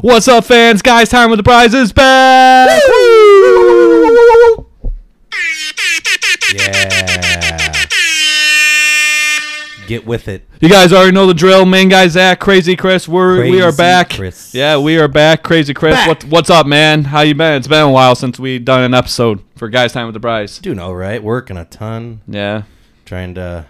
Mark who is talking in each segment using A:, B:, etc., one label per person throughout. A: What's up, fans? Guys, time with the prize is back. Woo!
B: Yeah. Get with it.
A: You guys already know the drill. Main guy Zach, Crazy Chris, we're we are
B: Crazy
A: back.
B: Chris.
A: Yeah, we are back. Crazy Chris,
B: Back.
A: What, what's up, man? How you been? It's been a while since we done an episode for Guys Time with the Prize.
B: Doing all right. Working a ton.
A: Yeah,
B: Trying to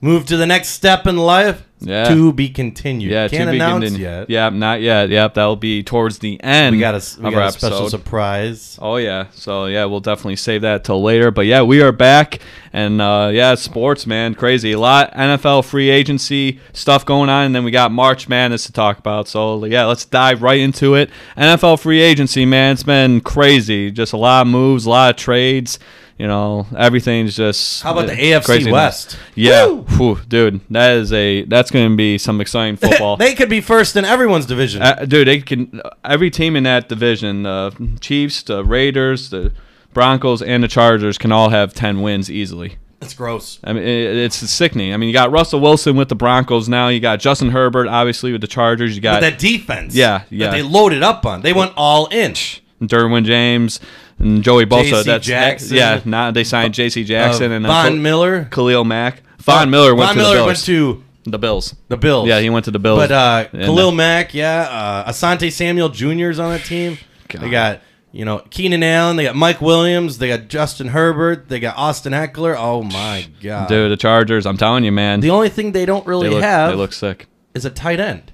B: move to the next step in life.
A: Yeah.
B: To be continued.
A: yeah.
B: Can't
A: to be
B: announce
A: continued.
B: yet.
A: Yeah, not yet. Yep, that'll be towards the end.
B: We got a, s- we
A: of
B: got
A: our
B: a special
A: episode.
B: surprise.
A: Oh yeah, so yeah, we'll definitely save that till later. But yeah, we are back, and uh, yeah, sports man, crazy a lot NFL free agency stuff going on, and then we got March Madness to talk about. So yeah, let's dive right into it. NFL free agency, man, it's been crazy. Just a lot of moves, a lot of trades. You know, everything's just.
B: How about the AFC
A: craziness.
B: West?
A: Yeah,
B: Woo!
A: Whew, dude, that is a that's going to be some exciting football.
B: They could be first in everyone's division.
A: Uh, dude, they can every team in that division, the Chiefs, the Raiders, the Broncos, and the Chargers can all have ten wins easily.
B: That's gross.
A: I mean, it, it's sickening. I mean, you got Russell Wilson with the Broncos now. You got Justin Herbert, obviously, with the Chargers. You
B: But
A: got
B: that defense.
A: yeah,
B: That
A: yeah.
B: they loaded up on. They went all in.
A: Derwin James and Joey Bosa.
B: J.C.
A: That's
B: Jackson.
A: yeah. Now they signed J.C. Jackson
B: Uh,
A: and
B: Von
A: Khalil-
B: Miller.
A: Khalil Mack. Von Miller went
B: Von
A: to
B: Miller
A: the
B: went
A: Bills.
B: to
A: the Bills.
B: the Bills.
A: Yeah, he went to the Bills.
B: But uh,
A: And,
B: Khalil Mack, yeah, uh, Asante Samuel Jr. is on that team. They
A: God.
B: got you know Keenan Allen. They got Mike Williams. They got Justin Herbert. They got Austin Eckler. Oh my god,
A: dude, the Chargers. I'm telling you, man.
B: The only thing they don't really
A: they look,
B: have
A: they look sick.
B: is a tight end.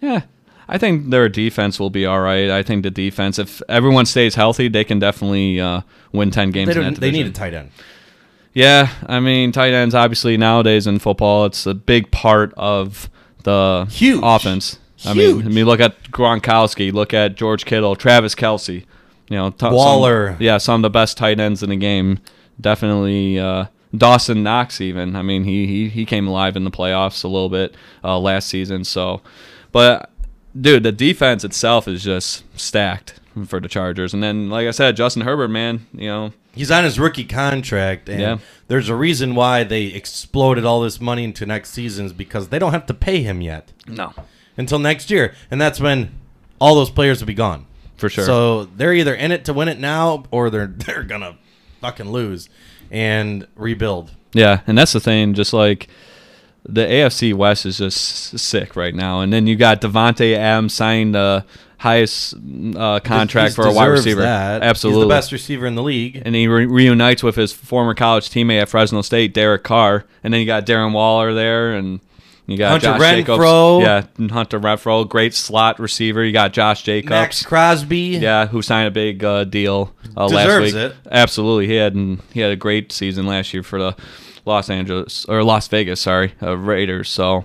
A: Yeah. I think their defense will be all right. I think the defense, if everyone stays healthy, they can definitely uh, win ten games.
B: They
A: in that
B: don't. They need a
A: division.
B: tight end.
A: Yeah, I mean, tight ends obviously nowadays in football, it's a big part of the
B: Huge.
A: offense. I
B: Huge.
A: mean, I mean, look at Gronkowski, look at George Kittle, Travis Kelsey. You know, t-
B: Waller.
A: Some, yeah, some of the best tight ends in the game. Definitely uh, Dawson Knox. Even I mean, he, he he came alive in the playoffs a little bit uh, last season. So, but dude, the defense itself is just stacked for the Chargers. And then, like I said, Justin Herbert, man, you know,
B: He's on his rookie contract, and
A: Yeah.
B: there's a reason why they exploded all this money into next season's because they don't have to pay him yet
A: no,
B: until next year, and that's when all those players will be gone.
A: for sure.
B: So they're either in it to win it now, or they're they're gonna fucking lose and rebuild.
A: Yeah, and that's the thing. Just like the AFC West is just s- sick right now, and then you got Devonte Adams signing the highest uh, contract
B: He
A: for a wide
B: deserves
A: receiver.
B: that.
A: Absolutely,
B: he's the best receiver in the league.
A: and he re- reunites with his former college teammate at Fresno State, Derek Carr, and then you got Darren Waller there, and you got
B: Hunter
A: Josh
B: Renfro.
A: Jacobs. Yeah, and Hunter Renfro, great slot receiver. You got Josh Jacobs.
B: Max Crosby.
A: Yeah, who signed a big uh, deal uh, last
B: Deserves
A: week?
B: it.
A: Absolutely, he had and he had a great season last year for the Los Angeles or Las Vegas, sorry, uh, Raiders. So,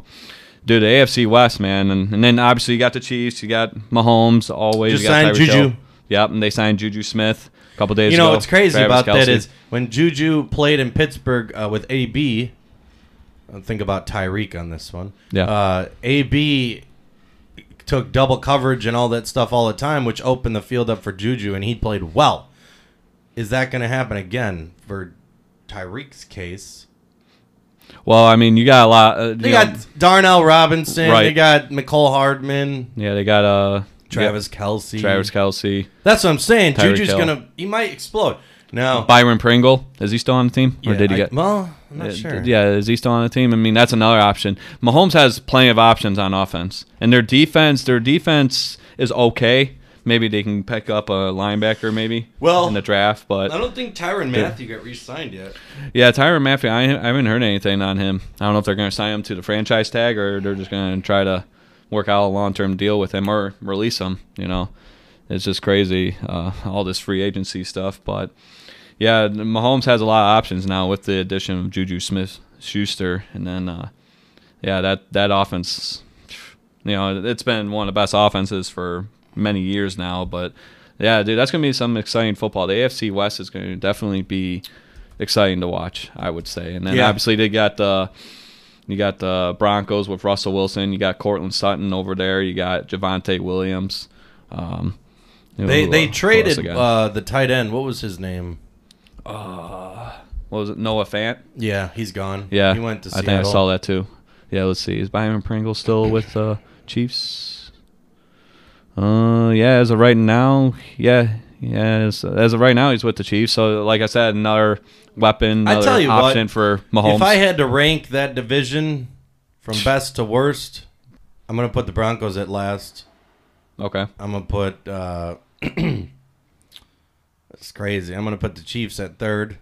A: dude, the AFC West, man, and, and then obviously you got the Chiefs, you got Mahomes, always.
B: Just
A: you got
B: signed
A: Tyreek Hill.
B: Juju.
A: Yep, and they signed Juju Smith a couple days
B: You
A: ago.
B: know what's crazy
A: Travis
B: about that
A: Kelce.
B: is when Juju played in Pittsburgh uh, with AB. uh, Think about Tyreek on this one.
A: Yeah.
B: Uh, AB took double coverage and all that stuff all the time, which opened the field up for Juju, and he played well. Is that going to happen again for Tyreek's case?
A: well, I mean, you got a lot. Uh,
B: They
A: you know-
B: got Darnell Robinson. They
A: Right.
B: got McCole Hardman,
A: yeah, they got uh
B: Travis Kelsey.
A: yeah, Travis Kelsey,
B: That's what I'm saying.
A: Tyreek
B: Juju's
A: Hill.
B: gonna. He might explode. Now,
A: Byron Pringle. Is he still on the team, or did he
B: I-
A: get?
B: Well, I'm not
A: Uh,
B: sure.
A: Yeah, is he still on the team? I mean, that's another option. Mahomes has plenty of options on offense, and their defense, their defense is okay. Maybe they can pick up a linebacker, maybe
B: Well,
A: in the draft.
B: I
A: But
B: don't think Tyron Matthew got re-signed yet.
A: yeah, Tyron Matthew, I, I haven't heard anything on him. I don't know if they're going to sign him to the franchise tag or they're just going to try to work out a long-term deal with him or release him. You know, it's just crazy uh, all this free agency stuff. But yeah, Mahomes has a lot of options now with the addition of Juju Smith Schuster, and then uh, yeah, that that offense, you know, it's been one of the best offenses for many years now. But yeah, dude, that's gonna be some exciting football. The AFC West is going to definitely be exciting to watch, I would say. And then
B: Yeah.
A: obviously they got uh, the you got the Broncos with Russell Wilson. You got Cortland Sutton over there. You got Javante Williams. Um,
B: They
A: who- who
B: they
A: else
B: traded
A: they got?
B: uh, the tight end. What was his name?
A: what was it Noah Fant?
B: Yeah, he's gone.
A: Yeah,
B: he went to
A: I
B: Seattle.
A: think I saw that too. Yeah, let's see. Is Byron Pringle still with uh, Chiefs? Uh, yeah. As of right now, yeah, yeah. As, as of right now, he's with the Chiefs. So, like I said, another weapon,
B: I
A: another
B: tell you what,
A: option for Mahomes.
B: If I had to rank that division from best to worst, I'm gonna put the Broncos at last.
A: okay.
B: I'm gonna put. Uh, that's crazy. I'm gonna put the Chiefs at third.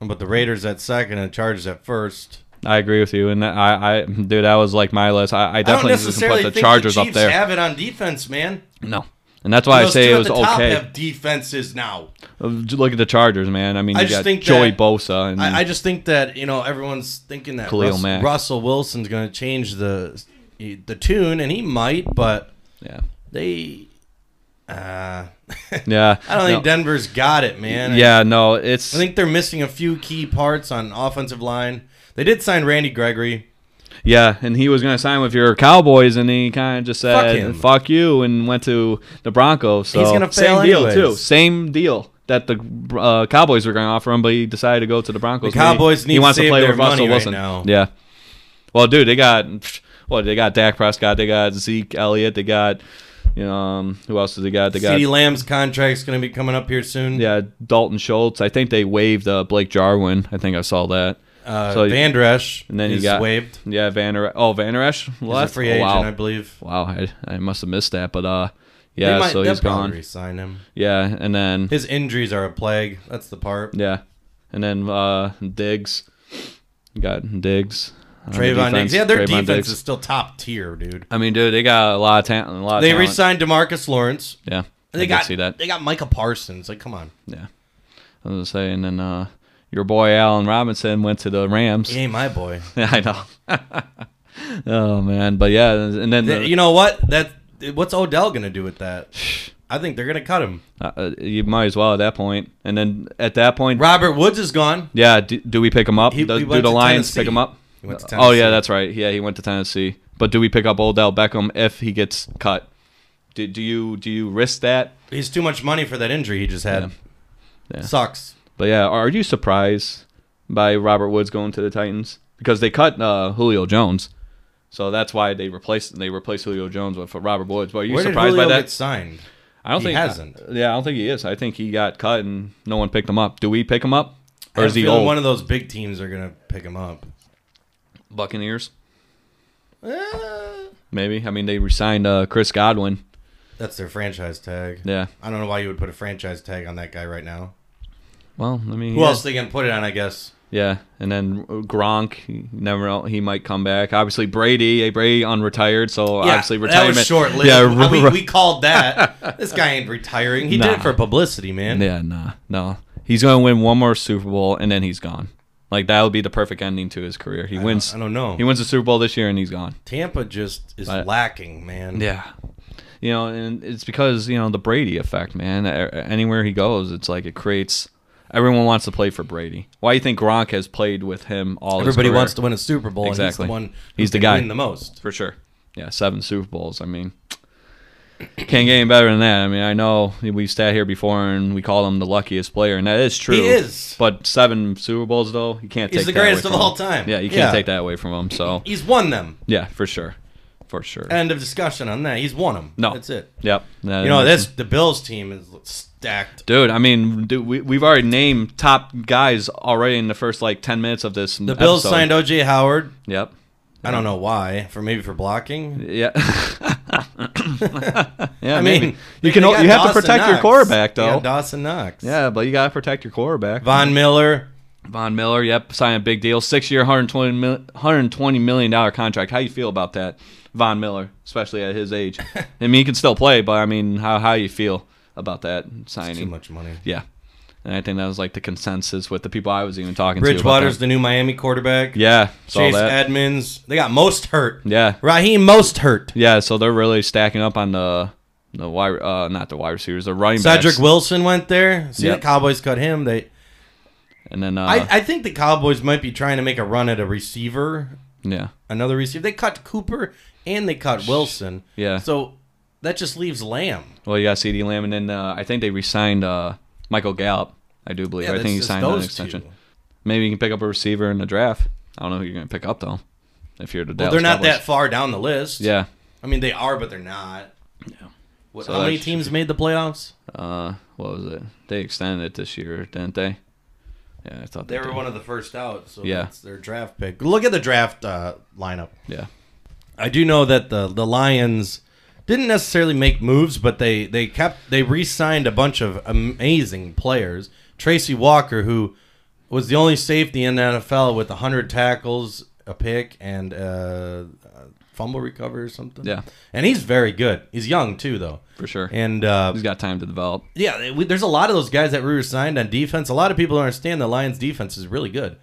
B: I'm gonna put the Raiders at second and Chargers at first.
A: I agree with you, and I, I, dude, that was like my list. I, I definitely
B: I
A: just can
B: don't
A: put
B: necessarily
A: the
B: think
A: Chargers
B: the
A: up
B: Chiefs
A: there.
B: have it on defense, man.
A: no, and that's why I
B: Those
A: say
B: two
A: it
B: at
A: was
B: the top
A: okay.
B: Have defenses now.
A: Uh, Look at the Chargers, man. I mean,
B: I
A: you
B: just
A: got
B: think
A: Joey
B: that-
A: Bosa, and
B: I, I just think that you know everyone's thinking that
A: Hmm. Khalil
B: Russ-
A: Mack.
B: Russell Wilson's going to change the the tune, and he might, but
A: yeah,
B: they. Uh,
A: yeah.
B: I
A: no.
B: don't think Denver's got it, man.
A: Yeah, no, it's
B: I think they're missing a few key parts on offensive line. They did sign Randy Gregory.
A: yeah, and he was gonna sign with your Cowboys, and he kind of just
B: Fuck
A: said
B: him.
A: "fuck, you" and went to the Broncos. So
B: He's gonna fail
A: same deal
B: anyways.
A: too, same deal that the uh, Cowboys were gonna offer him, but he decided to go to the Broncos.
B: The Cowboys
A: he,
B: need
A: he
B: to
A: wants
B: save
A: play
B: their
A: with Russell
B: money right
A: Wilson
B: now.
A: Yeah, well, dude, they got pfft, what they got Dak Prescott, they got Zeke Elliott, they got you know um, who else did they got? They got
B: CeeDee Lamb's contract's going to be coming up here soon.
A: yeah Dalton Schultz. I think they waived uh, Blake Jarwin. I think I saw that.
B: Uh,
A: So-
B: Van Dresch
A: And then
B: is
A: you got
B: waived. He's
A: Yeah, Van Der oh Van Der Esch
B: a
A: left.
B: free
A: Oh,
B: agent,
A: wow.
B: I believe.
A: Wow, I, I must have missed that, but uh,
B: They
A: yeah,
B: might-
A: so
B: they'll
A: he's
B: probably
A: gone.
B: Resign him.
A: Yeah, and then
B: His injuries are a plague. That's the part.
A: yeah, and then uh, Diggs, You got Diggs, on the
B: Trayvon Diggs. Yeah, their
A: Trayvon
B: defense
A: Diggs.
B: is still top tier, dude.
A: I mean, dude, they got a lot of talent. A lot. Of
B: They
A: talent.
B: re-signed Demarcus Lawrence.
A: Yeah, I
B: They
A: did
B: got
A: see that.
B: they got Micah Parsons. Like, come on,
A: Yeah, I was gonna say, and then uh, your boy Allen Robinson went to the Rams.
B: he ain't my boy.
A: I know. oh man, but yeah, and then the-
B: Th- you know what? That what's Odell gonna do with that? I think they're gonna cut him.
A: uh, you might as well at that point. And then at that point,
B: Robert Woods is gone.
A: Yeah, do, do we pick him up?
B: He-
A: do
B: he
A: do
B: went
A: the
B: to
A: Lions
B: Tennessee.
A: pick him up?
B: He went to
A: Oh yeah,
B: Tennessee.
A: that's right. Yeah, he went to Tennessee. But do we pick up Odell Beckham if he gets cut? Do, do you do you risk that?
B: He's too much money for that injury he just had.
A: Yeah. Yeah.
B: Sucks.
A: But yeah, are you surprised by Robert Woods going to the Titans because they cut uh, Julio Jones? So that's why they replaced they replaced Julio Jones with Robert Woods. But are you
B: Where did
A: surprised by
B: Julio
A: that?
B: get signed?
A: I don't
B: He
A: think
B: hasn't.
A: yeah, I don't think he is. I think he got cut and no one picked him up. Do we pick him up
B: I
A: or
B: have
A: is
B: a
A: he
B: feeling
A: old?
B: One of those big teams are gonna pick him up.
A: Buccaneers?
B: Eh,
A: Maybe. I mean, they resigned uh, Chris Godwin.
B: That's their franchise tag.
A: Yeah.
B: I don't know why you would put a franchise tag on that guy right now.
A: Well, I mean,
B: Who
A: yeah.
B: else they can put it on? I guess.
A: Yeah, and then Gronk, you never know, he might come back. Obviously, Brady, hey, Brady unretired, so obviously retirement.
B: That was short lived.
A: Yeah,
B: Yeah, I mean,
A: r-
B: we called that. this guy ain't retiring. He
A: Nah.
B: did it for publicity, man.
A: yeah, nah, no. He's gonna win one more Super Bowl, and then he's gone. Like that would be the perfect ending to his career. He wins.
B: I don't know.
A: He wins the Super Bowl this year, and he's gone.
B: Tampa just is
A: But-
B: lacking, man.
A: Yeah. You know, and it's because, you know, the Brady effect, man. A- Anywhere he goes, it's like it creates everyone wants to play for Brady. Why do you think Gronk has played with him all his
B: Everybody
A: career?
B: wants to win a Super Bowl.
A: Exactly.
B: And he's the one.
A: He's
B: who
A: the
B: can
A: guy.
B: Win the most.
A: for sure. Yeah, seven Super Bowls. I mean, can't get any better than that. I mean, I know we sat here before and we called him the luckiest player, and that is true.
B: He is.
A: But seven Super Bowls, though, you can't
B: He's
A: take
B: the
A: that away
B: greatest of
A: from
B: all
A: him.
B: time.
A: Yeah, you can't
B: Yeah.
A: take that away from him. So,
B: He's won them.
A: yeah, for sure. For sure.
B: End of discussion on that. He's won them.
A: No.
B: that's it.
A: yep.
B: You know, this the Bills team is stacked.
A: Dude, I mean, dude, we, we've already named top guys already in the first like 10 minutes of this.
B: The Bills signed OJ Howard.
A: Yep.
B: I don't know why. For maybe for blocking.
A: Yeah. yeah,
B: I
A: maybe.
B: mean,
A: you
B: they-
A: can
B: they
A: o-
B: got
A: you have to
B: Dawson
A: protect your
B: Knox.
A: quarterback
B: They
A: though.
B: got Dawson Knox.
A: Yeah, but you got to protect your quarterback.
B: Von Miller.
A: Von Miller, yep, signed a big deal, six year, 120 mil- 120 million dollar contract. How you feel about that, Von Miller, especially at his age? I mean, he can still play, but I mean, how how you feel about that
B: Too
A: signing?
B: much money.
A: Yeah, and I think that was like the consensus with the people I was even talking to. about
B: Bridgewater's
A: that.
B: the new Miami quarterback.
A: yeah, saw
B: Chase
A: that. Mm-hmm.
B: Edmonds. They got most hurt.
A: yeah,
B: Raheem most hurt.
A: yeah. So they're really stacking up on the the wide, uh, not the wide receivers, the running backs.
B: Cedric Wilson went there. See
A: Yep.
B: the Cowboys cut him. They
A: and then uh,
B: I, I think the Cowboys might be trying to make a run at a receiver,
A: yeah,
B: another receiver. They cut Cooper and they cut Wilson.
A: yeah.
B: So that just leaves Lamb.
A: Well, you got C.D. Lamb, and then uh, I think they re-signed uh, Michael Gallup. I do believe. I
B: that's
A: think he
B: just
A: signed an
B: those
A: extension.
B: two.
A: Maybe you can pick up a receiver in the draft. I don't know who you're going to pick up though. If you're the
B: Well,
A: Dallas
B: they're not
A: Cowboys.
B: that far down the list.
A: Yeah,
B: I mean, they are, but they're not. What,
A: So
B: how many
A: that's-
B: teams made the playoffs?
A: Uh, what was it? They extended it this year, didn't they? Yeah, I thought
B: They were
A: did.
B: one of the first out, so
A: Yeah.
B: that's their draft pick. Look at the draft uh, lineup.
A: Yeah,
B: I do know that the the Lions didn't necessarily make moves, but they they kept they re-signed a bunch of amazing players. Tracy Walker, who was the only safety in the NFL with 100 tackles, a pick, and uh, a fumble recovery or something.
A: Yeah.
B: and he's very good. He's young too, though.
A: for sure.
B: And uh,
A: He's got time to develop.
B: yeah, they- we, there's a lot of those guys that we were signed on defense. A lot of people don't understand the Lions' defense is really good.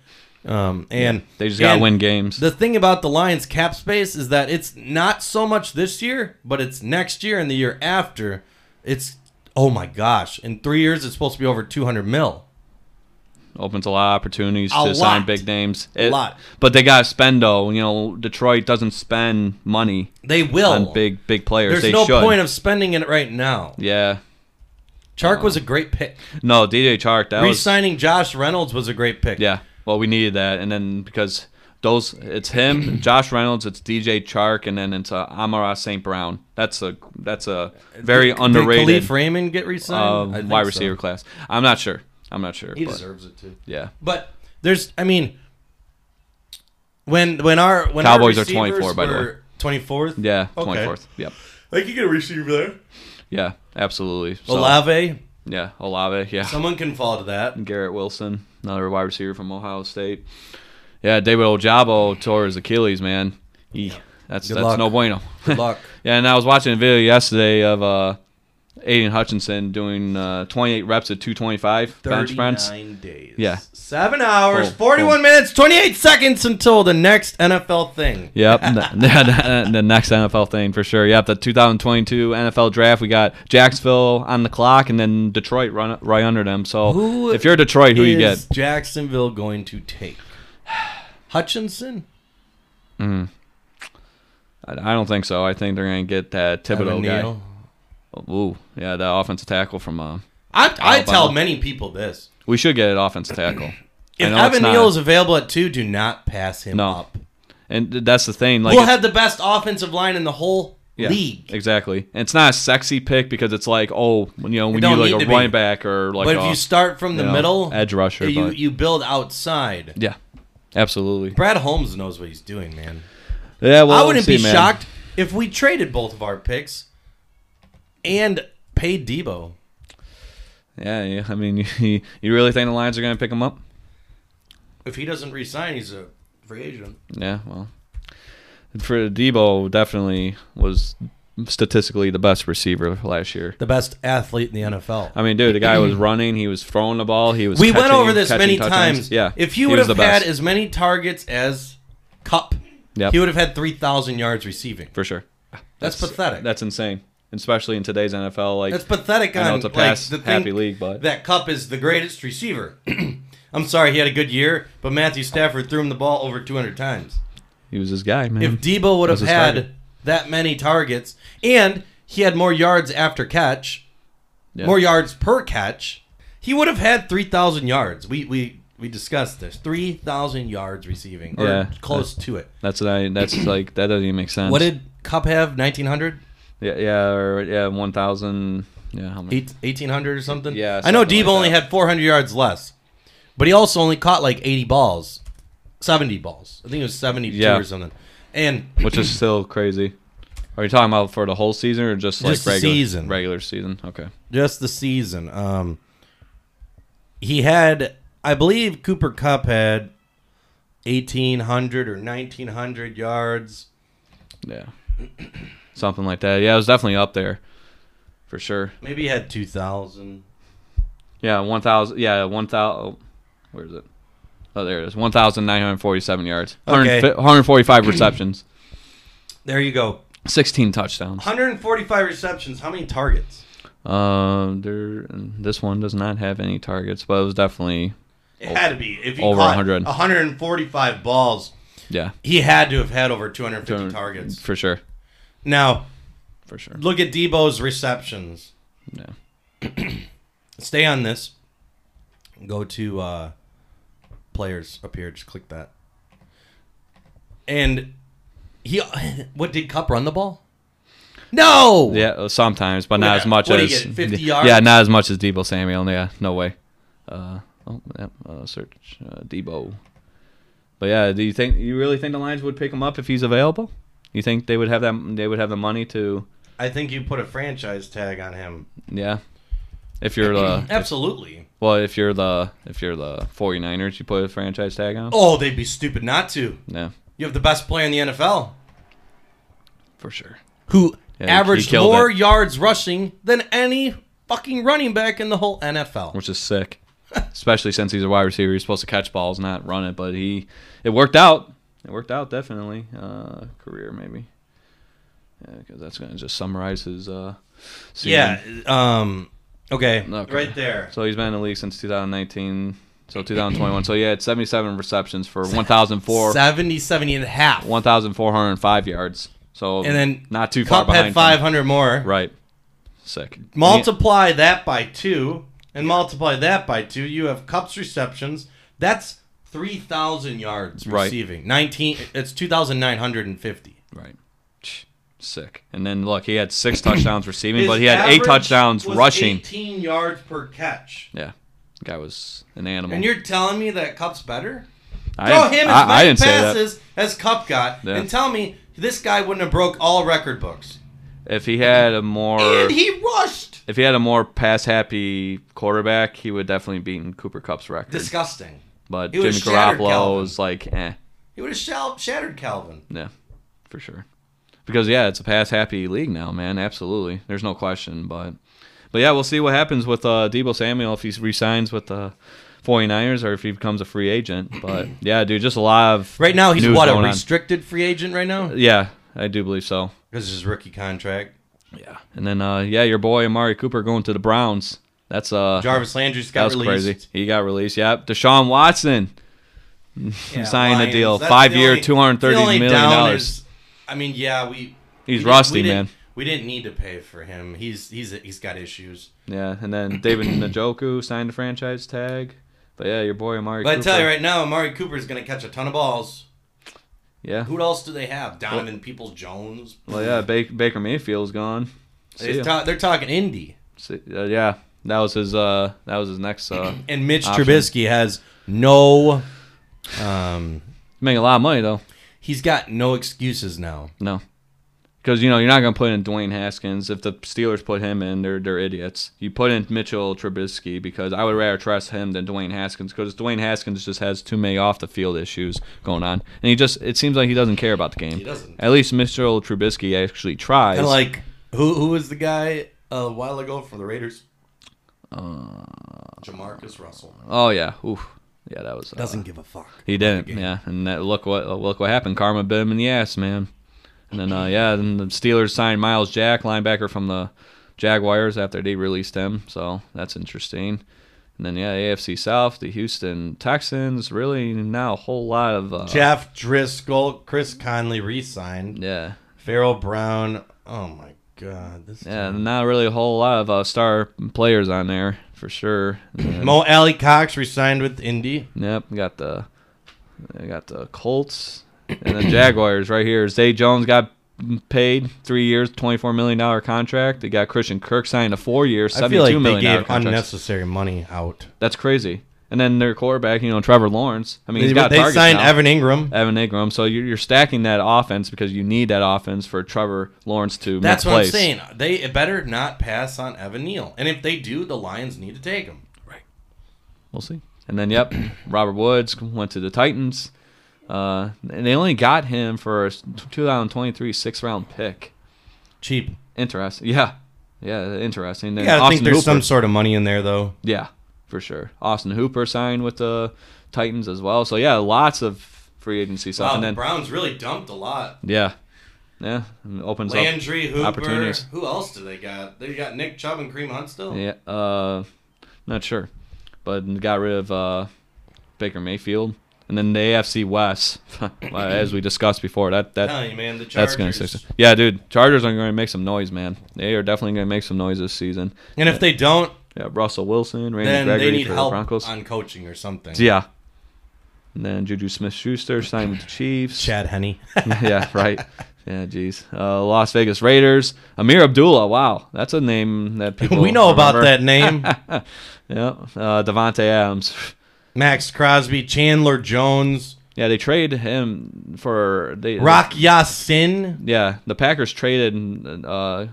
B: Um, and
A: They just gotta
B: and
A: win games.
B: The thing about the Lions' cap space is that it's not so much this year, but it's next year and the year after. It's oh my gosh! In three years, it's supposed to be over 200 mil.
A: Opens a lot of opportunities
B: A
A: to sign
B: lot.
A: big names.
B: A lot.
A: But they gotta spend though. You know, Detroit doesn't spend money
B: They will.
A: on big big players.
B: There's
A: they
B: no
A: should.
B: point of spending it right now.
A: yeah.
B: Chark was a great pick.
A: No, DJ Chark. That was
B: Resigning Josh Reynolds was a great pick.
A: Yeah. Well, we needed that, and then because those, it's him, Josh Reynolds, it's DJ Chark, and then it's uh, Amara St. Brown. That's a that's a very
B: Did- did
A: underrated
B: Khalif Raymond get
A: uh,
B: re-signed? I think
A: wide
B: so.
A: receiver class. I'm not sure. I'm not sure.
B: He
A: but,
B: deserves it too.
A: Yeah.
B: But there's, I mean, when when our when
A: Cowboys
B: our
A: are 24,
B: receivers
A: by the way.
B: were 24th.
A: Yeah.
B: Okay.
A: Twenty fourth. Yep.
B: They could get a receiver there.
A: Yeah. Absolutely. So,
B: Olave,
A: Yeah. Olave. Yeah.
B: someone can fall to that.
A: Garrett Wilson, another wide receiver from Ohio State. Yeah. David Ojabo tore his Achilles, man. He, that's
B: Good
A: that's
B: luck.
A: no bueno.
B: Good luck.
A: Yeah, and I was watching a video yesterday of uh, Aiden Hutchinson doing uh, 28 reps at 225 bench press.
B: days.
A: Yeah.
B: Seven hours,
A: Boom,
B: 41
A: boom.
B: minutes, 28 seconds until the next NFL thing.
A: Yep, the, the next NFL thing for sure. Yep, the 2022 NFL draft. We got Jacksonville on the clock, and then Detroit run, right under them. So
B: Who
A: if you're Detroit, who you
B: Is
A: get?
B: Jacksonville going to take? Hutchinson?
A: I, I don't think so. I think they're gonna get that Thibodeau
B: Evan
A: guy.
B: Neal?
A: Ooh, yeah, that offensive tackle from. Uh,
B: I, I tell
A: Alabama.
B: many people this.
A: we should get an offensive tackle. I
B: If
A: know it's
B: Evan
A: not-
B: Neal is available at two, do not pass him
A: No.
B: up.
A: and th- that's the thing. Like
B: we'll
A: if-
B: have the best offensive line in the whole
A: Yeah,
B: league.
A: Exactly. And it's not a sexy pick because it's like, oh, when, you know, we need
B: don't
A: like
B: need to
A: a
B: be.
A: running back or like
B: but
A: a,
B: if you start from the
A: you know,
B: middle,
A: edge rusher,
B: you
A: but-
B: you build outside.
A: yeah, absolutely.
B: Brad Holmes knows what he's doing, man.
A: Yeah, well,
B: I wouldn't
A: we'll
B: be
A: Oh, see, man.
B: shocked if we traded both of our picks and paid Debo.
A: Yeah, yeah, I mean, you, you really think the Lions are going to pick him up?
B: If he doesn't resign, he's a free agent.
A: Yeah, well, for Debo, definitely was statistically the best receiver last year.
B: The best athlete in the NFL.
A: I mean, dude, the guy was running. He was throwing the ball. He was.
B: we
A: catching-
B: went over this
A: catching
B: many
A: touchdowns.
B: times.
A: Yeah.
B: If
A: he
B: you would
A: was
B: have
A: the
B: had
A: best,
B: as many targets as Cup,
A: Yep.
B: he would have had three thousand yards receiving.
A: for sure.
B: That's, pathetic.
A: That's insane, especially in today's NFL. Like
B: That's pathetic. On
A: I know it's a
B: like,
A: pass
B: the
A: happy
B: thing-
A: league, but
B: that Cup is the greatest receiver. I'm sorry, he had a good year, but Matthew Stafford threw him the ball over 200 times.
A: he was his guy, man.
B: If Debo would have
A: That's his
B: had
A: target.
B: that many targets, and he had more yards after catch,
A: Yeah.
B: more yards per catch, he would have had 3,000 yards. We we we discussed this 3,000 yards receiving, or
A: Yeah.
B: close to it.
A: That's what I. That's like that doesn't even make sense.
B: What did Cup have? 1,900,
A: Yeah, yeah, or yeah, one thousand. Yeah, how many?
B: Eight- 1,800 or something?
A: Yeah,
B: I know
A: something
B: Debo
A: like
B: only
A: that.
B: had 400 yards less, but he also only caught like 80 balls, 70 balls. I think it was 72
A: Yeah.
B: or something. And
A: Which is still crazy. Are you talking about for the whole season or just like
B: Just the
A: regular
B: season.
A: Regular season. Okay.
B: just the season. Um, he had, I believe, Cooper Cup had eighteen hundred or nineteen hundred yards.
A: Yeah. Something like that. Yeah, it was definitely up there, for sure.
B: Maybe he had two thousand.
A: Yeah, one thousand. Yeah, one thousand. Where is it? Oh, there it is. One thousand nine hundred forty-seven yards.
B: Okay.
A: One hundred forty-five receptions.
B: There you go.
A: Sixteen touchdowns.
B: One hundred and forty-five receptions. How many targets?
A: Um, there. This one does not have any targets, but it was definitely.
B: It had to be if he
A: Over
B: caught
A: 100.
B: 145 balls.
A: Yeah.
B: He had to have had over 250 targets.
A: For sure.
B: Now,
A: For sure.
B: look at Debo's receptions.
A: Yeah.
B: Stay on this. Go to uh, players up here. Just click that. And he, what did Cup run the ball? No.
A: Yeah, sometimes, but not
B: Yeah,
A: as much
B: what do you
A: as
B: get, 50
A: Yeah,
B: yards?
A: not as much as Debo Samuel. Yeah, no way. Uh, oh, yeah, uh, search uh, Debo. But yeah, do you think you really think the Lions would pick him up if he's available? You think they would have that? They would have the money to?
B: I think you put a franchise tag on him.
A: Yeah. If you're the
B: Absolutely.
A: well, if you're the if you're the 49ers, you put a franchise tag on.
B: Oh, they'd be stupid not to.
A: Yeah,
B: You have the best player in the NFL
A: for sure.
B: who
A: Yeah, he- he
B: averaged
A: killed
B: more
A: it.
B: yards rushing than any fucking running back in the whole NFL.
A: which is sick, especially since he's a wide receiver. He's supposed to catch balls, not run it. But he, it worked out. It worked out definitely. Uh, career maybe. Yeah, because that's gonna just summarize his uh, season.
B: Yeah. Um. Okay.
A: Okay.
B: Right there.
A: So he's been in the league since 2019. So 2021. so he had 77 receptions for 1,004,
B: 70, 70 and a half.
A: 1,405 yards. So
B: and then
A: not too far
B: Cup
A: behind.
B: had
A: him.
B: 500 more.
A: Right. Sick.
B: Multiply that by two, and multiply that by two. You have Cup's receptions. That's three thousand yards
A: Right.
B: receiving. Nineteen. It's two thousand nine hundred and fifty.
A: Right. Psh, Sick. And then look, he had six touchdowns receiving, but
B: His
A: he had eight
B: average
A: touchdowns
B: was
A: rushing.
B: Eighteen yards per catch.
A: Yeah, the guy was an animal.
B: And you're telling me that Cup's better?
A: I
B: Throw
A: didn't-
B: him as
A: I- I
B: many
A: didn't say that.
B: passes as Cup got,
A: Yeah.
B: and tell me this guy wouldn't have broke all record books.
A: If he had a more,
B: and he rushed.
A: if he had a more pass happy quarterback, he would definitely beaten Cooper Cup's record.
B: Disgusting.
A: but
B: he
A: Jimmy
B: would've shattered
A: Garoppolo
B: Calvin.
A: was like, eh,
B: He would have shattered Calvin.
A: yeah, for sure. Because yeah, it's a pass happy league now, man. Absolutely, there's no question. But, but yeah, we'll see what happens with uh, Debo Samuel if he resigns with the 49ers or if he becomes a free agent. But yeah, dude, just a lot of
B: Right now, he's
A: news
B: what a
A: going on.
B: restricted free agent right now
A: Yeah, I do believe so.
B: because his rookie contract.
A: Yeah. And then uh yeah, your boy Amari Cooper going to the Browns. That's uh
B: Jarvis Landry's
A: that
B: got
A: was
B: released.
A: crazy. He got released. Yep. Deshaun Watson
B: Yeah,
A: signed
B: Lions.
A: a deal.
B: That's
A: Five
B: the
A: year,
B: only-
A: two hundred and thirty
B: the only
A: million
B: down
A: dollars.
B: is- I mean, yeah, we. we
A: He's
B: didn't-
A: rusty,
B: we didn't-
A: man.
B: We didn't need to pay for him. He's he's he's got issues.
A: Yeah. And then David Njoku signed a franchise tag. But yeah, your boy Amari
B: But I
A: Cooper.
B: tell you right now, Amari Cooper's going to catch a ton of balls.
A: Yeah.
B: Who else do they have? Donovan Peoples Jones.
A: Well yeah, Baker, Baker Mayfield's gone. See
B: They
A: ya.
B: ta- they're talking Indy.
A: See- uh, yeah. That was his uh that was his next uh
B: And Mitch
A: Option.
B: Trubisky has no. Um,
A: make a lot of money though.
B: he's got no excuses now.
A: No. Because you know you're not going to put in Dwayne Haskins if the Steelers put him in. They're they're idiots. You put in Mitchell Trubisky because I would rather trust him than Dwayne Haskins because Dwayne Haskins just has too many off the field issues going on, and he just it seems like he doesn't care about the game.
B: He doesn't.
A: At least Mitchell Trubisky actually tries.
B: Kind of like who who was the guy a while ago for the Raiders? Uh, Jamarcus Russell
A: oh yeah, oof, yeah, that was uh,
B: doesn't give a fuck.
A: He didn't. Yeah, and that, look what look what happened. Karma bit him in the ass, man. And then uh, yeah, then the Steelers signed Miles Jack, linebacker from the Jaguars, after they released him. So that's interesting. And then yeah, AFC South, the Houston Texans, really now a whole lot of uh,
B: Jeff Driscoll, Chris Conley re-signed.
A: yeah,
B: Farrell Brown. Oh my god, this.
A: yeah,
B: team.
A: not really a whole lot of uh, star players on there for sure. And then-
B: Mo Alley Cox re-signed with Indy.
A: Yep, we got the we got the Colts and the Jaguars right here. Zay Jones got paid three years, twenty four million dollar contract. They got Christian Kirk signed a four year,
B: I
A: seventy
B: feel
A: two
B: like
A: million
B: they
A: dollar
B: gave
A: contract.
B: unnecessary money out.
A: That's crazy. And then their quarterback, you know, Trevor Lawrence. I mean, he's
B: They,
A: got
B: they
A: targets
B: signed
A: now.
B: Evan Ingram.
A: Evan Ingram. So you're, you're stacking that offense because you need that offense for Trevor Lawrence to
B: That's
A: make
B: what I'm
A: plays.
B: saying. They better not pass on Evan Neal, and if they do, the Lions need to take him.
A: We'll see. And then, yep, Robert Woods went to the Titans. Uh, and they only got him for a 2023 sixth round pick.
B: Cheap.
A: Interesting. Yeah. Yeah, interesting. Then
B: Yeah, I
A: Austin
B: think there's
A: Hooper.
B: some sort of money in there though.
A: Yeah, for sure. Austin Hooper signed with the Titans as well. So yeah, lots of free agency stuff.
B: Wow,
A: and
B: the
A: then
B: Browns really dumped a lot.
A: yeah, yeah, and opens
B: Landry, Hooper.
A: opportunities.
B: Who else do they got? They got Nick Chubb and Kareem Hunt still.
A: up. Yeah. Uh, not sure, but got rid of uh, Baker Mayfield. And then the AFC West, well, as we discussed before, that that
B: Tell you, man, the
A: that's
B: Chargers.
A: going to succeed. Yeah, dude, Chargers are going to make some noise, man. They are definitely going to make some noise this season.
B: And if they don't,
A: Yeah, Russell Wilson, Randy
B: then
A: Gregory
B: they need
A: for
B: help
A: the Broncos.
B: on coaching or something.
A: Yeah. And then Juju Smith Schuster signed with the Chiefs.
B: Chad Henney.
A: yeah, right. Yeah, geez. Uh, Las Vegas Raiders. Amir Abdullah. Wow, that's a name that people
B: we know about
A: remember.
B: that name.
A: Yeah, uh, Devonte Adams.
B: Max Crosby, Chandler Jones,
A: Yeah, they trade him for they
B: Rock Yasin.
A: Yeah, the Packers traded uh,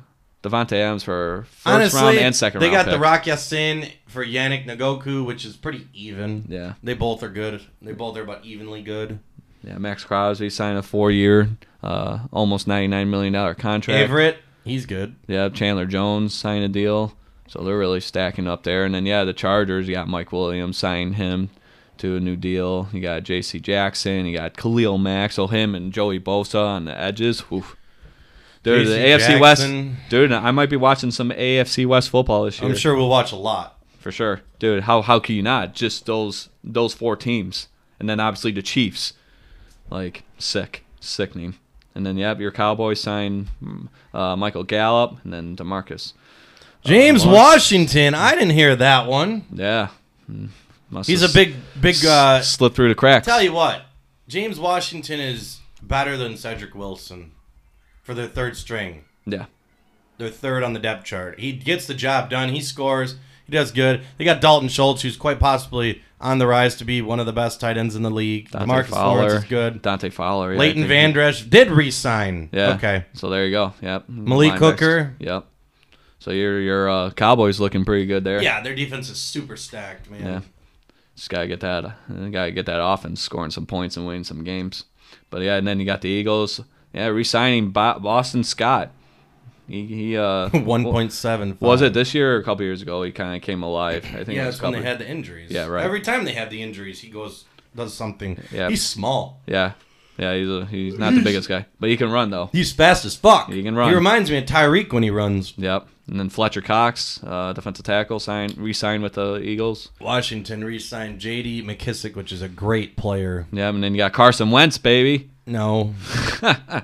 A: Devonte Adams for first
B: Honestly,
A: round and second
B: they
A: round.
B: got the
A: pick.
B: Rock Yasin for Yannick Nagoku, which is pretty even.
A: Yeah,
B: They both are good. They both are about evenly good.
A: yeah. Max Crosby signed a four-year, uh, almost ninety-nine million dollar contract.
B: Favorite, he's good.
A: Yeah, Chandler Jones signed a deal, so they're really stacking up there. And then yeah, the Chargers. You got Mike Williams signed him to a new deal. You got J.C. Jackson. You got Khalil Mack. So him and Joey Bosa on the edges. Oof. Dude, the
B: J.C.
A: AFC
B: Jackson.
A: West, dude. I might be watching some AFC West football this year.
B: I'm sure we'll watch a lot.
A: for sure, dude. How how can you not? Just those those four teams, and then obviously the Chiefs, like sick, sickening. And then yep, your Cowboys signed mm, uh, Michael Gallup, and then Demarcus.
B: James
A: Uh,
B: Washington. I didn't hear that one.
A: Yeah, Mm, must
B: He's a
A: have
B: big, big.
A: s-
B: Uh,
A: slipped through the cracks.
B: tell you what, James Washington is better than Cedric Wilson for their third string.
A: Yeah,
B: They're third on the depth chart. He gets the job done. He scores. He does good. They got Dalton Schultz, who's quite possibly on the rise to be one of the best tight ends in the league.
A: Dante
B: Marcus
A: Fowler
B: Lawrence is good.
A: Dante Fowler. Yeah, I
B: Leighton
A: think
B: Van Vandresh did re-sign.
A: he- Yeah.
B: Okay.
A: So there you go. Yep.
B: Malik
A: Linebackers.
B: Hooker.
A: Yep. So your your uh, Cowboys looking pretty good there.
B: Yeah, their defense is super stacked, man.
A: Yeah. Just gotta get that. uh, Gotta get that offense scoring some points and winning some games. But yeah, and then you got the Eagles. Yeah, re-signing Bo- Boston Scott. He, he uh,
B: One point seven.
A: was it this year or a couple years ago? He kind of came alive. I think.
B: Yeah,
A: it was
B: that's
A: a
B: when
A: couple
B: they had the injuries.
A: Yeah, right.
B: Every time they have the injuries, he goes does something.
A: Yeah.
B: He's small.
A: Yeah, yeah. He's a, he's not the biggest guy, but he can run though.
B: He's fast as fuck.
A: He can run.
B: He reminds me of Tyreek when he runs.
A: Yep. And then Fletcher Cox, uh, defensive tackle, signed re-signed with the Eagles.
B: Washington re-signed J.D. McKissick, which is a great player.
A: Yeah, and then you got Carson Wentz, baby.
B: No,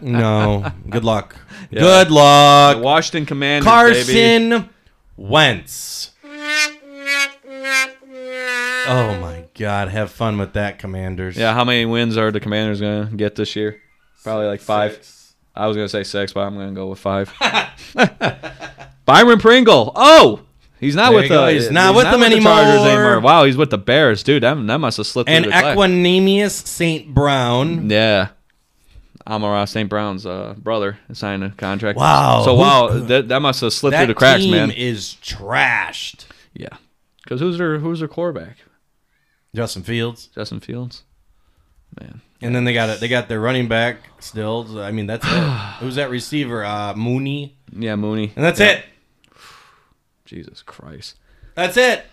B: no. Good luck.
A: Yeah.
B: Good
A: The
B: luck,
A: Washington Commanders, baby.
B: Carson Wentz. Oh my God! Have fun with that, Commanders.
A: Yeah, how many wins are the Commanders gonna get this year? Probably like five.
B: Six.
A: I was gonna say six, but I'm gonna go with five. Byron Pringle. Oh, he's not
B: There
A: with
B: you go.
A: the
B: He's not with them
A: the Chargers
B: anymore.
A: Wow, he's with the Bears, dude. That, that must have slipped
B: And
A: through the crack.
B: Equinemius St. Brown.
A: Yeah. Amara St. Brown's uh, brother signed a contract.
B: Wow.
A: So
B: Who's-
A: wow, that, that must have slipped
B: That
A: through the cracks,
B: team
A: man.
B: is trashed.
A: Yeah. Because who's their who's their quarterback?
B: Justin Fields,
A: Justin Fields. Man.
B: and then they got it. They got their running back still. I mean, that's it. Who's that receiver? Uh, Mooney,
A: Yeah, Mooney.
B: and that's it.
A: Jesus Christ.
B: That's it.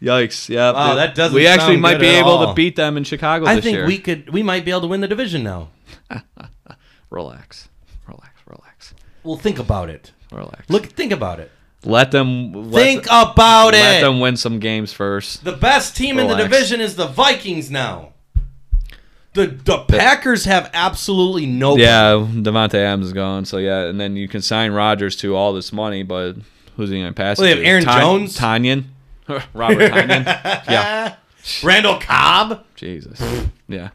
A: Yikes! Yeah.
B: Wow,
A: dude.
B: that doesn't
A: We actually
B: sound
A: might
B: good
A: be
B: at
A: able to
B: all.
A: beat them in Chicago
B: I
A: this
B: think
A: year.
B: we could. We might be able to win the division now.
A: Relax, relax, relax,
B: Well, think about it.
A: relax.
B: Look, think about it.
A: let them let,
B: think about
A: let
B: it.
A: them win some games first.
B: The best team in the
A: Relax.
B: division is the Vikings now. The the Packers have absolutely no.
A: Yeah, Devontae Adams is gone, so yeah, and then you can sign Rodgers to all this money, but who's he going to pass?
B: Well,
A: it
B: they
A: to?
B: have Aaron
A: Tan-
B: Jones.
A: Tanyan, Robert Tanyan.
B: yeah. Eh? Randall Cobb.
A: Jesus, yeah,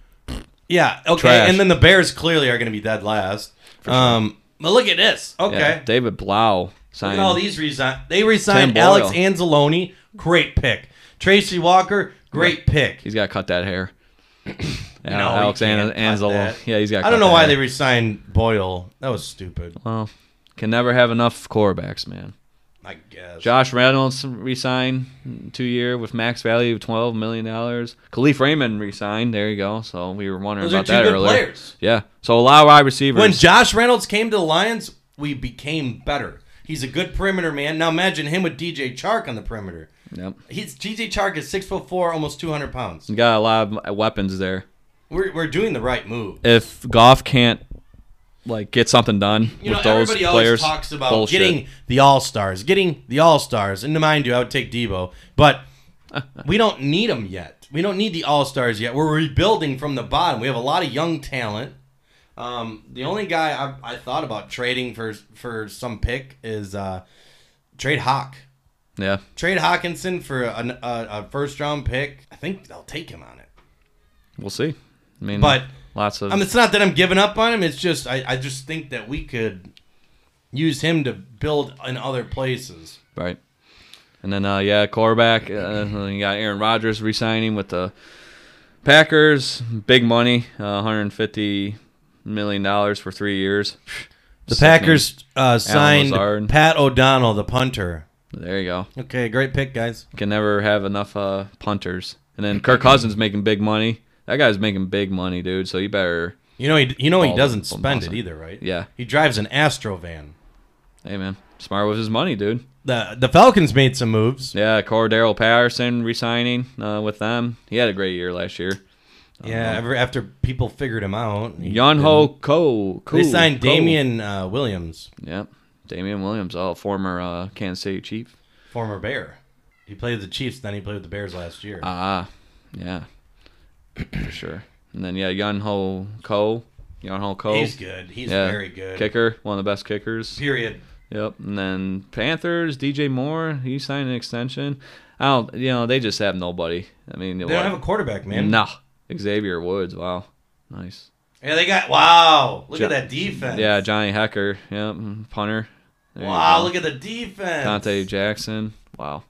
B: Yeah. Okay.
A: Trash.
B: And then the Bears clearly are going to be dead last. Um. But look at this. Okay.
A: yeah. David Blau
B: Look
A: signed.
B: at all these resign. They resigned
A: Tim
B: Alex
A: Boyle.
B: Anzalone. Great pick. Tracy Walker. Great pick.
A: He's got to cut that hair. Yeah,
B: No, he
A: Alexander
B: can't cut
A: Anzalo.
B: that.
A: Yeah, he's got.
B: I don't know why they resigned Boyle. That was stupid.
A: Well, can never have enough quarterbacks, man.
B: I guess.
A: Josh Reynolds re-signed two year with max value of twelve million dollars. Khalif Raymond re-signed. There you go. So we were wondering
B: Those are
A: about
B: two
A: that
B: good
A: earlier.
B: players.
A: Yeah. So allow wide receivers.
B: When Josh Reynolds came to the Lions, we became better. He's a good perimeter man. Now imagine him with DJ Chark on the perimeter.
A: yep.
B: He's DJ Chark is six foot four, almost two hundred pounds.
A: Got a lot of weapons there.
B: We're, we're doing the right move.
A: If Goff can't like get something done with
B: You know,
A: those
B: everybody
A: players,
B: always talks about
A: bullshit.
B: getting the all stars, getting the all stars. And mind you, I would take Debo, but we don't need them yet. We don't need the all stars yet. We're rebuilding from the bottom. We have a lot of young talent. Um, the only guy I, I thought about trading for for some pick is uh, trade Hawk.
A: yeah.
B: Trade Hawkinson for an, a, a first round pick. I think they'll take him on it.
A: We'll see. I mean,
B: But
A: Lots of
B: I mean, it's not that I'm giving up on him. It's just I, I just think that we could use him to build in other places.
A: right. And then uh, yeah, quarterback. Uh, you got Aaron Rodgers re-signing with the Packers, big money, uh, 150 million dollars for three years.
B: The Packers uh, signed
A: Lazard.
B: Pat O'Donnell, the punter.
A: There you go.
B: Okay, great pick, guys.
A: Can never have enough uh, punters. And then Kirk Cousins making big money. That guy's making big money, dude. So you better,
B: You know he you know he
A: Ball-
B: doesn't
A: ball
B: spend it
A: Nelson.
B: either, right?
A: yeah.
B: He drives an Astro van.
A: Hey man, smart with his money, dude.
B: The the Falcons made some moves.
A: Yeah, Cordero Patterson re-signing uh, with them. He had a great year last year.
B: Yeah,
A: Uh-huh.
B: ever after people figured him out. he-
A: Yonho Ko. Ko
B: They signed
A: Ko.
B: Damian uh, Williams,
A: Yep. Damian Williams, all former uh, Kansas City Chief.
B: former Bear. He played with the Chiefs, then he played with the Bears last year.
A: Ah, yeah, for sure. And then yeah, Yunho Ko, Yunho Ko,
B: He's good. He's
A: yeah,
B: very good.
A: kicker, one of the best kickers.
B: Period.
A: Yep. And then Panthers, DJ Moore, he signed an extension. I don't, you know, they just have nobody. I mean,
B: They don't have a quarterback, man.
A: nah. Xavier Woods, wow, nice.
B: Yeah, they got wow. Look
A: Jo-
B: at that defense.
A: Yeah, Johnny Hecker, yep, Mm, punter. There you
B: Wow,
A: go.
B: look at the defense.
A: Dante Jackson, wow.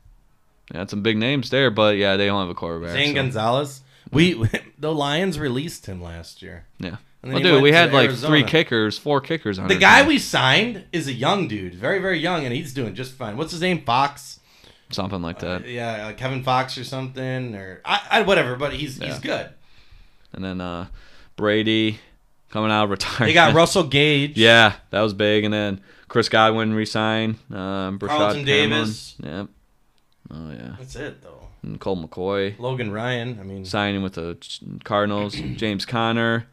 A: Yeah, some big names there, but yeah, they don't have a quarterback.
B: Zane
A: so-
B: Gonzalez. We the Lions released him last year.
A: Yeah.
B: And then
A: Well,
B: he
A: dude,
B: went
A: we
B: to
A: had like three
B: Arizona.
A: kickers, four kickers on
B: The
A: our
B: guy
A: team.
B: we signed is a young dude, very very young, and he's doing just fine. What's his name? Fox.
A: something like that.
B: yeah, uh, Kevin Fox or something, or I, I whatever. But he's he's
A: Yeah.
B: good.
A: And then uh Brady coming out of retirement.
B: They got Russell Gage.
A: Yeah, that was big. And then Chris Godwin resigned. Um, Brashad
B: Carlton
A: Perriman.
B: Davis.
A: Yep. Oh yeah.
B: that's it though.
A: And Cole McCoy
B: Logan Ryan. I mean,
A: signing with the Cardinals. James Conner.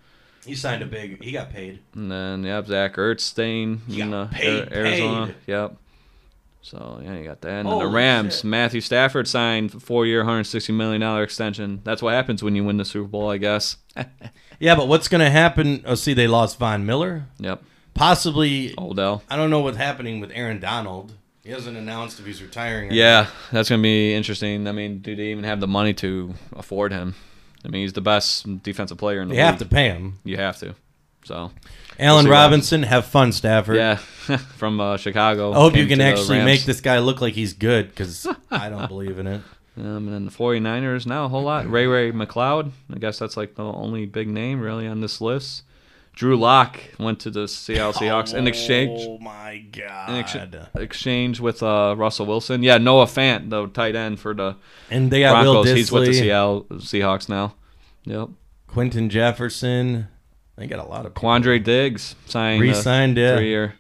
B: he signed a big. He got paid.
A: And then yep, Zach Ertz staying
B: Yeah,
A: in uh,
B: paid,
A: Ar- Arizona.
B: paid.
A: Yep. So yeah, you got that. And then
B: Holy
A: the Rams,
B: shit.
A: Matthew Stafford signed a four-year, 160 million dollar extension. That's what happens when you win the Super Bowl, I guess.
B: Yeah, but what's gonna happen? Oh, see, they lost Von Miller.
A: yep.
B: Possibly.
A: Odell.
B: I don't know what's happening with Aaron Donald. He hasn't announced if he's retiring. or
A: Yeah, that's gonna be interesting. I mean, do they even have the money to afford him? I mean, he's the best defensive player in the
B: You have to
A: league.
B: pay him.
A: You have to. So
B: Alan
A: see what
B: Robinson, have fun, Stafford.
A: yeah, from uh, Chicago.
B: I hope
A: came
B: you can
A: to the
B: actually
A: Rams.
B: make this guy look like he's good because I don't believe in it.
A: Um, and then the 49ers now a whole lot. Ray Ray McLeod. I guess that's like the only big name really on this list. Drew Lock went to the Seattle Seahawks in exchange
B: Oh my god.
A: in ex- exchange with uh, Russell Wilson. Yeah, Noah Fant, the tight end for the
B: and they got
A: Broncos.
B: Will
A: He's with the
B: Disley,
A: Seattle Seahawks now. Yep.
B: Quentin Jefferson. They got a lot of
A: Quandre Diggs signed a
B: Re-signed, yeah.
A: three-year,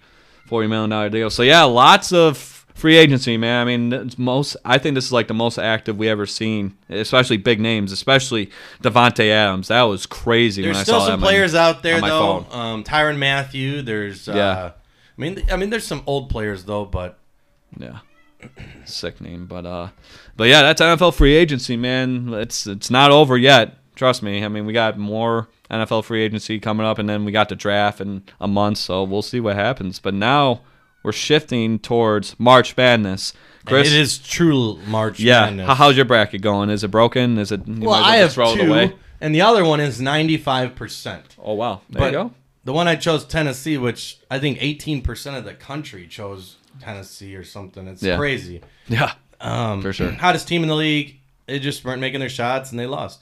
A: forty million dollar deal. So yeah, lots of free agency, man. I mean, it's most I think this is like the most active we ever seen, especially big names, especially Devonte Adams. That was crazy
B: There's
A: when I
B: still
A: saw
B: some
A: that on-
B: players out there
A: on my
B: though.
A: phone.
B: Um, Tyron Matthew. There's. Uh,
A: Yeah.
B: I mean, I mean, there's some old players though, but
A: Yeah. Sick name, but uh, but yeah, that's NFL free agency, man. It's it's not over yet. Trust me. I mean, we got more NFL free agency coming up, and then we got the draft in a month, so we'll see what happens. But now we're shifting towards March Madness. Chris,
B: it is true March.
A: yeah.
B: Madness.
A: How, how's your bracket going? Is it broken? Is it? You might
B: well,
A: as well
B: I have
A: just throw
B: two,
A: it away.
B: and the other one is 95 percent.
A: Oh wow, there
B: But
A: you go.
B: the one I chose Tennessee, which I think 18% of the country chose Tennessee or something. It's
A: Yeah.
B: crazy.
A: Yeah,
B: Um,
A: For sure.
B: Hottest team in the league. They just weren't making their shots and they lost.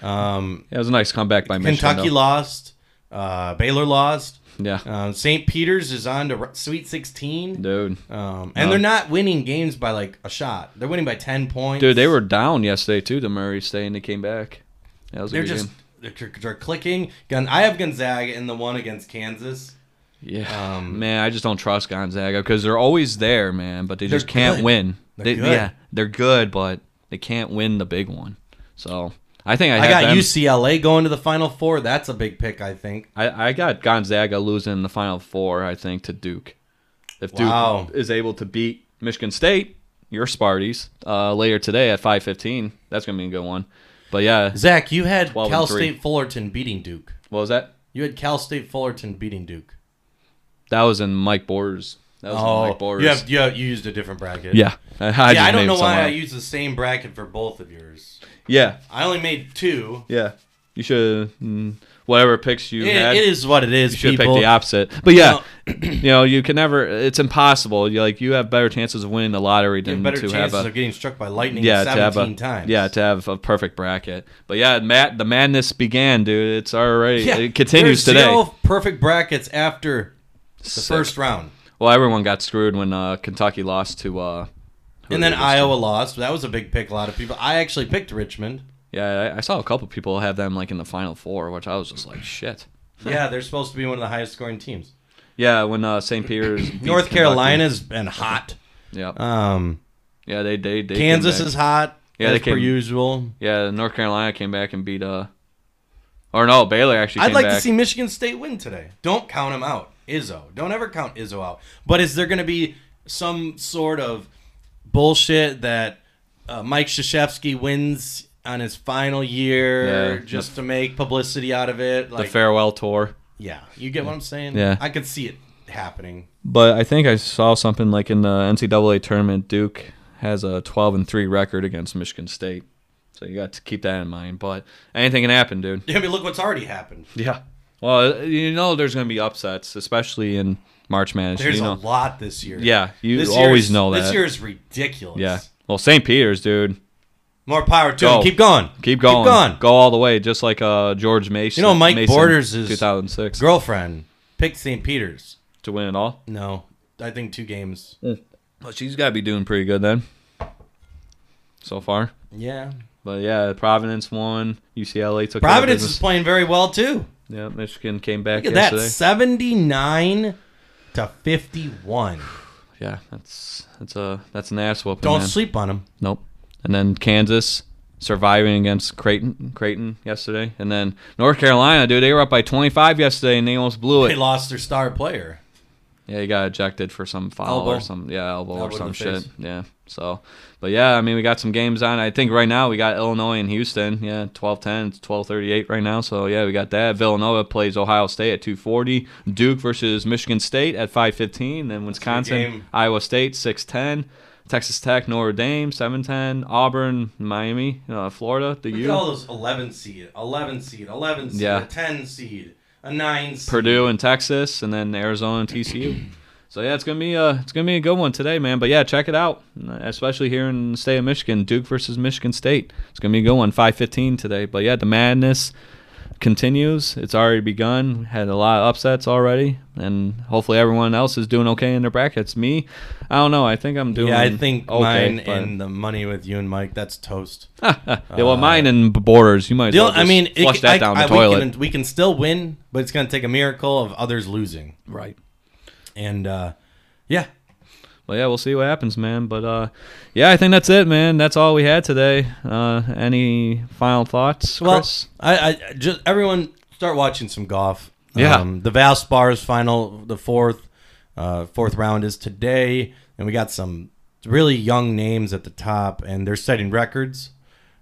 B: Um,
A: it was a nice comeback by Michigan,
B: Kentucky
A: though.
B: lost. Uh, Baylor lost.
A: Yeah,
B: Um, St. Peter's is on to r- Sweet 16.
A: dude.
B: Um, and they're not winning games by like a shot. They're winning by 10 points.
A: Dude, they were down yesterday too. The Murray State, and they came back. That was a
B: They're
A: good
B: just
A: game.
B: they're, they're clicking. Gun. I have Gonzaga in the one against Kansas.
A: Yeah,
B: Um,
A: man, I just don't trust Gonzaga because they're always there, man, but they just
B: They're
A: can't
B: good.
A: win.
B: They're
A: They-
B: good.
A: Yeah, they're good, but they can't win the big one. So I think I,
B: I
A: have
B: got
A: them-
B: UCLA going to the Final Four. That's a big pick, I think.
A: I, I got Gonzaga losing in the final four. I think to Duke. If Duke
B: Wow.
A: is able to beat Michigan State, your Sparties, uh, later today at five fifteen, that's gonna be a good one. But yeah,
B: Zach, you had
A: 12 and
B: Cal
A: three.
B: State Fullerton beating Duke.
A: what was that?
B: You had Cal State Fullerton beating Duke. Oh,
A: That was in Mike Borders. That was in Mike Borders.
B: you, have, you, have, you used a different bracket.
A: yeah, I, I,
B: yeah,
A: just
B: I don't
A: named
B: know why
A: someone
B: I
A: else.
B: used the same bracket for both of yours.
A: yeah,
B: I only made two.
A: Yeah. You should. Mm, whatever picks you
B: It-
A: had.
B: it is what it is.
A: you should
B: people.
A: pick the opposite. But yeah, you know, you can never. It's impossible. You like you have better chances of winning the lottery
B: You have
A: than
B: better
A: to have
B: chances
A: a
B: of getting struck by lightning
A: yeah to have
B: 17
A: a
B: times.
A: yeah to have a perfect bracket. But yeah, Matt, the madness began, dude. It's already
B: Yeah,
A: it continues
B: there's
A: today.
B: Zero perfect brackets after the
A: Sick.
B: first round,
A: well, everyone got screwed when uh, Kentucky lost to. Uh, who
B: and then
A: did this
B: Iowa lost. That was a big pick. A lot of people. I actually picked Richmond.
A: to? Yeah, I, I saw a couple people have them like in the final four, which I was just like, shit.
B: yeah, they're supposed to be one of the highest scoring teams.
A: Yeah, when uh, St. Peter's beat
B: North
A: Kentucky.
B: Carolina's been hot.
A: Yeah,
B: Um,
A: yeah, they they, they came
B: Kansas
A: back.
B: is hot.
A: Yeah,
B: as
A: they
B: per
A: came-
B: usual.
A: Yeah, North Carolina came back and beat uh, or no, Baylor actually.
B: I'd
A: came
B: like to
A: back.
B: see Michigan State win today. Don't count them out, Izzo. Don't ever count Izzo out. But is there going to be some sort of bullshit that uh, Mike Krzyzewski wins on his final year
A: Yeah.
B: just to make publicity out of it?
A: the
B: Like,
A: farewell tour.
B: yeah, you get what I'm saying.
A: Yeah.
B: I could see it happening.
A: But I think I saw something like in the NCAA tournament, Duke has a 12 and three record against Michigan State, so you got to keep that in mind. But anything can happen, dude.
B: Yeah, I mean, look what's already happened.
A: Yeah. Well, uh, you know there's going to be upsets, especially in March Madness.
B: There's
A: you know.
B: a lot this year.
A: Yeah, you
B: This
A: always
B: year's-
A: know that.
B: This year is ridiculous.
A: yeah. Well, St. Peter's, dude.
B: More power to
A: Go.
B: him. Keep going.
A: Keep going.
B: Keep going.
A: Go all the way, just like uh, George Mason.
B: You know, Mike
A: Mason,
B: Borders is-
A: 2006
B: Girlfriend picked St. Peter's.
A: to win it all.
B: No, I think two games.
A: Well, she's got to be doing pretty good then. So far,
B: Yeah.
A: but yeah, Providence won. UCLA took care of
B: Providence is
A: business.
B: playing very well too.
A: Yeah, Michigan came back
B: Look at that,
A: yesterday.
B: 79 to 51.
A: Yeah, that's that's a that's an ass whooping.
B: Don't
A: man.
B: sleep on them.
A: Nope. And then Kansas surviving against Creighton Creighton yesterday, and then North Carolina, dude, they were up by 25 yesterday, and they almost blew
B: They
A: it.
B: lost their star player.
A: Yeah, he got ejected for some foul
B: Elbow.
A: or some yeah elbow,
B: Elbow
A: or
B: to
A: some
B: the
A: shit.
B: face.
A: Yeah. So, but yeah, I mean, we got some games on. I think right now we got Illinois and Houston. Yeah, 12-10, it's 12-38 right now. So yeah, we got that. Villanova plays Ohio State at two forty. Duke versus Michigan State at five fifteen. Then Wisconsin,
B: game.
A: Iowa State six ten. Texas Tech, Notre Dame, seven ten. Auburn, Miami, uh, Florida, the
B: Look
A: U.
B: at all those 11 seed, 11 seed, 11 seed,
A: Yeah.
B: a 10 seed, a 9 seed.
A: Purdue and Texas, and then Arizona and TCU. So yeah, it's gonna be a it's gonna be a good one today, man. But yeah, check it out, especially here in the state of Michigan, Duke versus Michigan State. It's gonna be a good one, five fifteen today. But yeah, the madness continues. It's already begun. Had a lot of upsets already, and hopefully everyone else is doing okay in their brackets. Me, I don't know. I think I'm doing.
B: Yeah, I think
A: okay,
B: mine
A: but-
B: and the money with you and Mike, that's toast.
A: yeah, well, mine and borders. You might. As
B: The
A: well
B: only- I
A: just
B: mean, it
A: flush
B: can-
A: that
B: I-
A: down
B: I-
A: the toilet.
B: We can, we can still win, but it's going to take a miracle of others losing.
A: right.
B: And uh, yeah,
A: Well, yeah, we'll see what happens, man. But uh, yeah, I think that's it, man. That's all we had today. Uh, any final thoughts,
B: Well,
A: Chris?
B: I, I just everyone start watching some golf. Um,
A: Yeah.
B: the Valspars final, the fourth, uh, fourth round is today, and we got some really young names at the top, and they're setting records,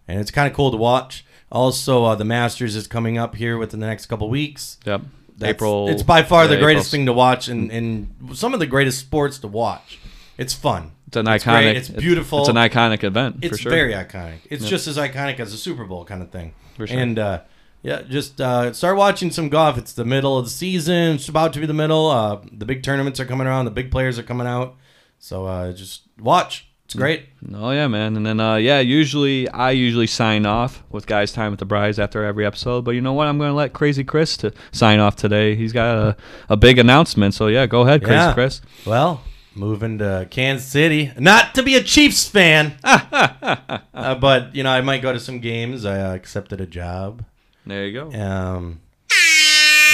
B: and it's kind of cool to watch. Also, uh, the Masters is coming up here within the next couple weeks.
A: Yep.
B: That's-
A: April.
B: It's by far the
A: yeah,
B: greatest
A: April's-
B: thing to watch, and, and some of the greatest sports to watch. It's fun.
A: It's an
B: It's
A: iconic.
B: great, it's beautiful.
A: It's, an iconic event for
B: It's
A: sure.
B: very iconic. It's just as iconic as the Super Bowl kind of thing.
A: For sure.
B: And uh, yeah, just uh, start watching some golf. It's the middle of the season. It's about to be the middle. Uh, the big tournaments are coming around. The big players are coming out. So uh, just watch. It's great.
A: Oh yeah, man. And then uh, yeah, usually I usually sign off with guys time with the brides after every episode. But you know what? I'm gonna let Crazy Chris to sign off today. He's got a, a big announcement. So yeah, go ahead, Crazy
B: Yeah.
A: Chris.
B: Well, moving to Kansas City. Not to be a Chiefs fan, uh, but you know I might go to some games. I uh, accepted a job.
A: There you go.
B: Um,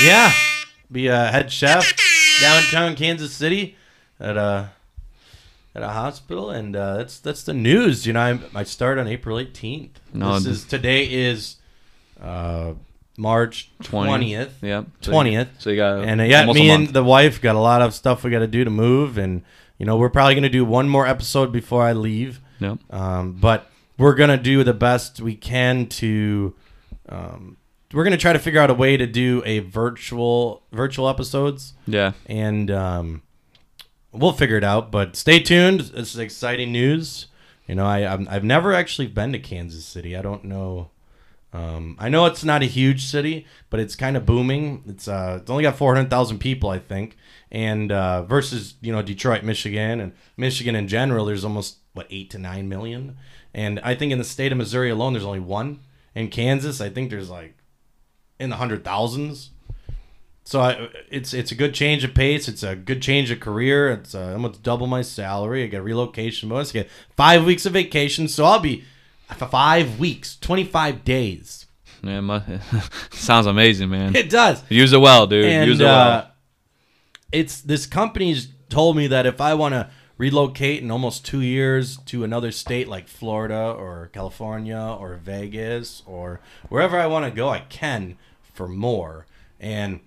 B: yeah, be a head chef downtown Kansas City at a at a hospital, and uh, that's that's the news. You know, I, I start on April eighteenth.
A: No,
B: this
A: d-
B: is today is uh, March twentieth.
A: Yep. So you-
B: 20th.
A: So you got
B: And uh, yeah,
A: almost a
B: me
A: month.
B: and the wife got a lot of stuff we got to do to move, and you know we're probably gonna do one more episode before I leave.
A: Yep.
B: Um, but we're gonna do the best we can to. Um, we're gonna try to figure out a way to do a virtual virtual episodes,
A: Yeah.
B: and um, we'll figure it out. But stay tuned. This is exciting news. You know, I I'm, I've never actually been to Kansas City. I don't know. Um, I know it's not a huge city, but it's kind of booming. It's uh, it's only got four hundred thousand people, I think, and uh, versus you know Detroit, Michigan, and Michigan in general, there's almost what eight to nine million, and I think in the state of Missouri alone, there's only one. In Kansas, I think there's like in the hundred thousands. So I, it's it's a good change of pace. It's a good change of career. It's uh, almost double my salary. I get relocation bonus. I get five weeks of vacation. So I'll be for five weeks, twenty five days.
A: Yeah, mu sounds amazing, man.
B: It does.
A: Use it well, dude.
B: And
A: Use it
B: uh,
A: well.
B: it's this company's told me that if I want to relocate in almost two years to another state like Florida or California or Vegas or wherever I want to go, I can for more. And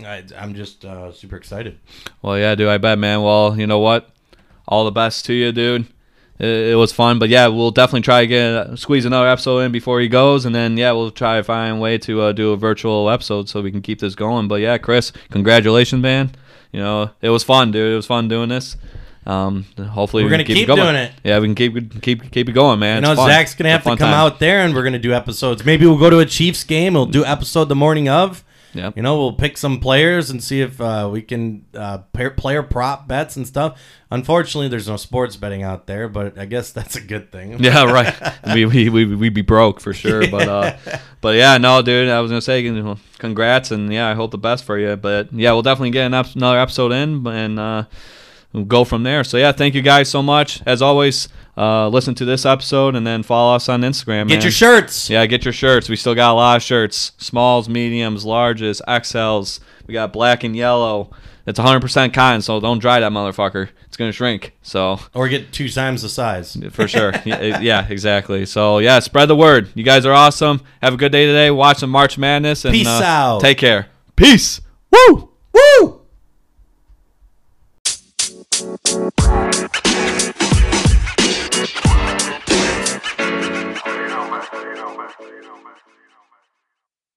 B: I, I'm just uh, super excited.
A: Well, yeah, dude. I bet, man. Well, you know what? All the best to you, dude. It, it was fun, but yeah, we'll definitely try again. Squeeze another episode in before he goes, and then yeah, we'll try to find a way to uh, do a virtual episode so we can keep this going. But yeah, Chris, congratulations, man. You know, it was fun, dude. It was fun doing this. Um, hopefully
B: We're
A: we can
B: gonna
A: keep,
B: keep
A: going.
B: doing it.
A: Yeah, we can keep keep keep it going, man.
B: I
A: It's
B: know
A: fun.
B: Zach's gonna
A: It's a
B: have to
A: fun
B: come
A: time.
B: out there, and we're gonna do episodes. Maybe we'll go to a Chiefs game. We'll do episode the morning of.
A: Yeah.
B: You know, we'll pick some players and see if uh, we can uh, pair, player prop bets and stuff. Unfortunately, there's no sports betting out there, but I guess that's a good thing.
A: Yeah, right. we, we we we'd be broke for sure. But uh, but yeah, no, dude. I was gonna say, you know, congrats, and yeah, I hope the best for you. But yeah, we'll definitely get an ep- another episode in, and uh, we'll go from there. So yeah, thank you guys so much. As always, uh, listen to this episode and then follow us on Instagram.
B: Get
A: man.
B: your shirts.
A: Yeah, get your shirts. We still got a lot of shirts: smalls, mediums, larges, XLs. We got black and yellow. It's 100% cotton, so don't dry that motherfucker. It's gonna shrink. So
B: Or get two times the size.
A: for sure. yeah, yeah, exactly. So yeah, spread the word. You guys are awesome. Have a good day today. Watch some March Madness and
B: Peace
A: uh,
B: out.
A: Take care. Peace. Woo. Woo.
C: You know, man. You know, man. You know, man.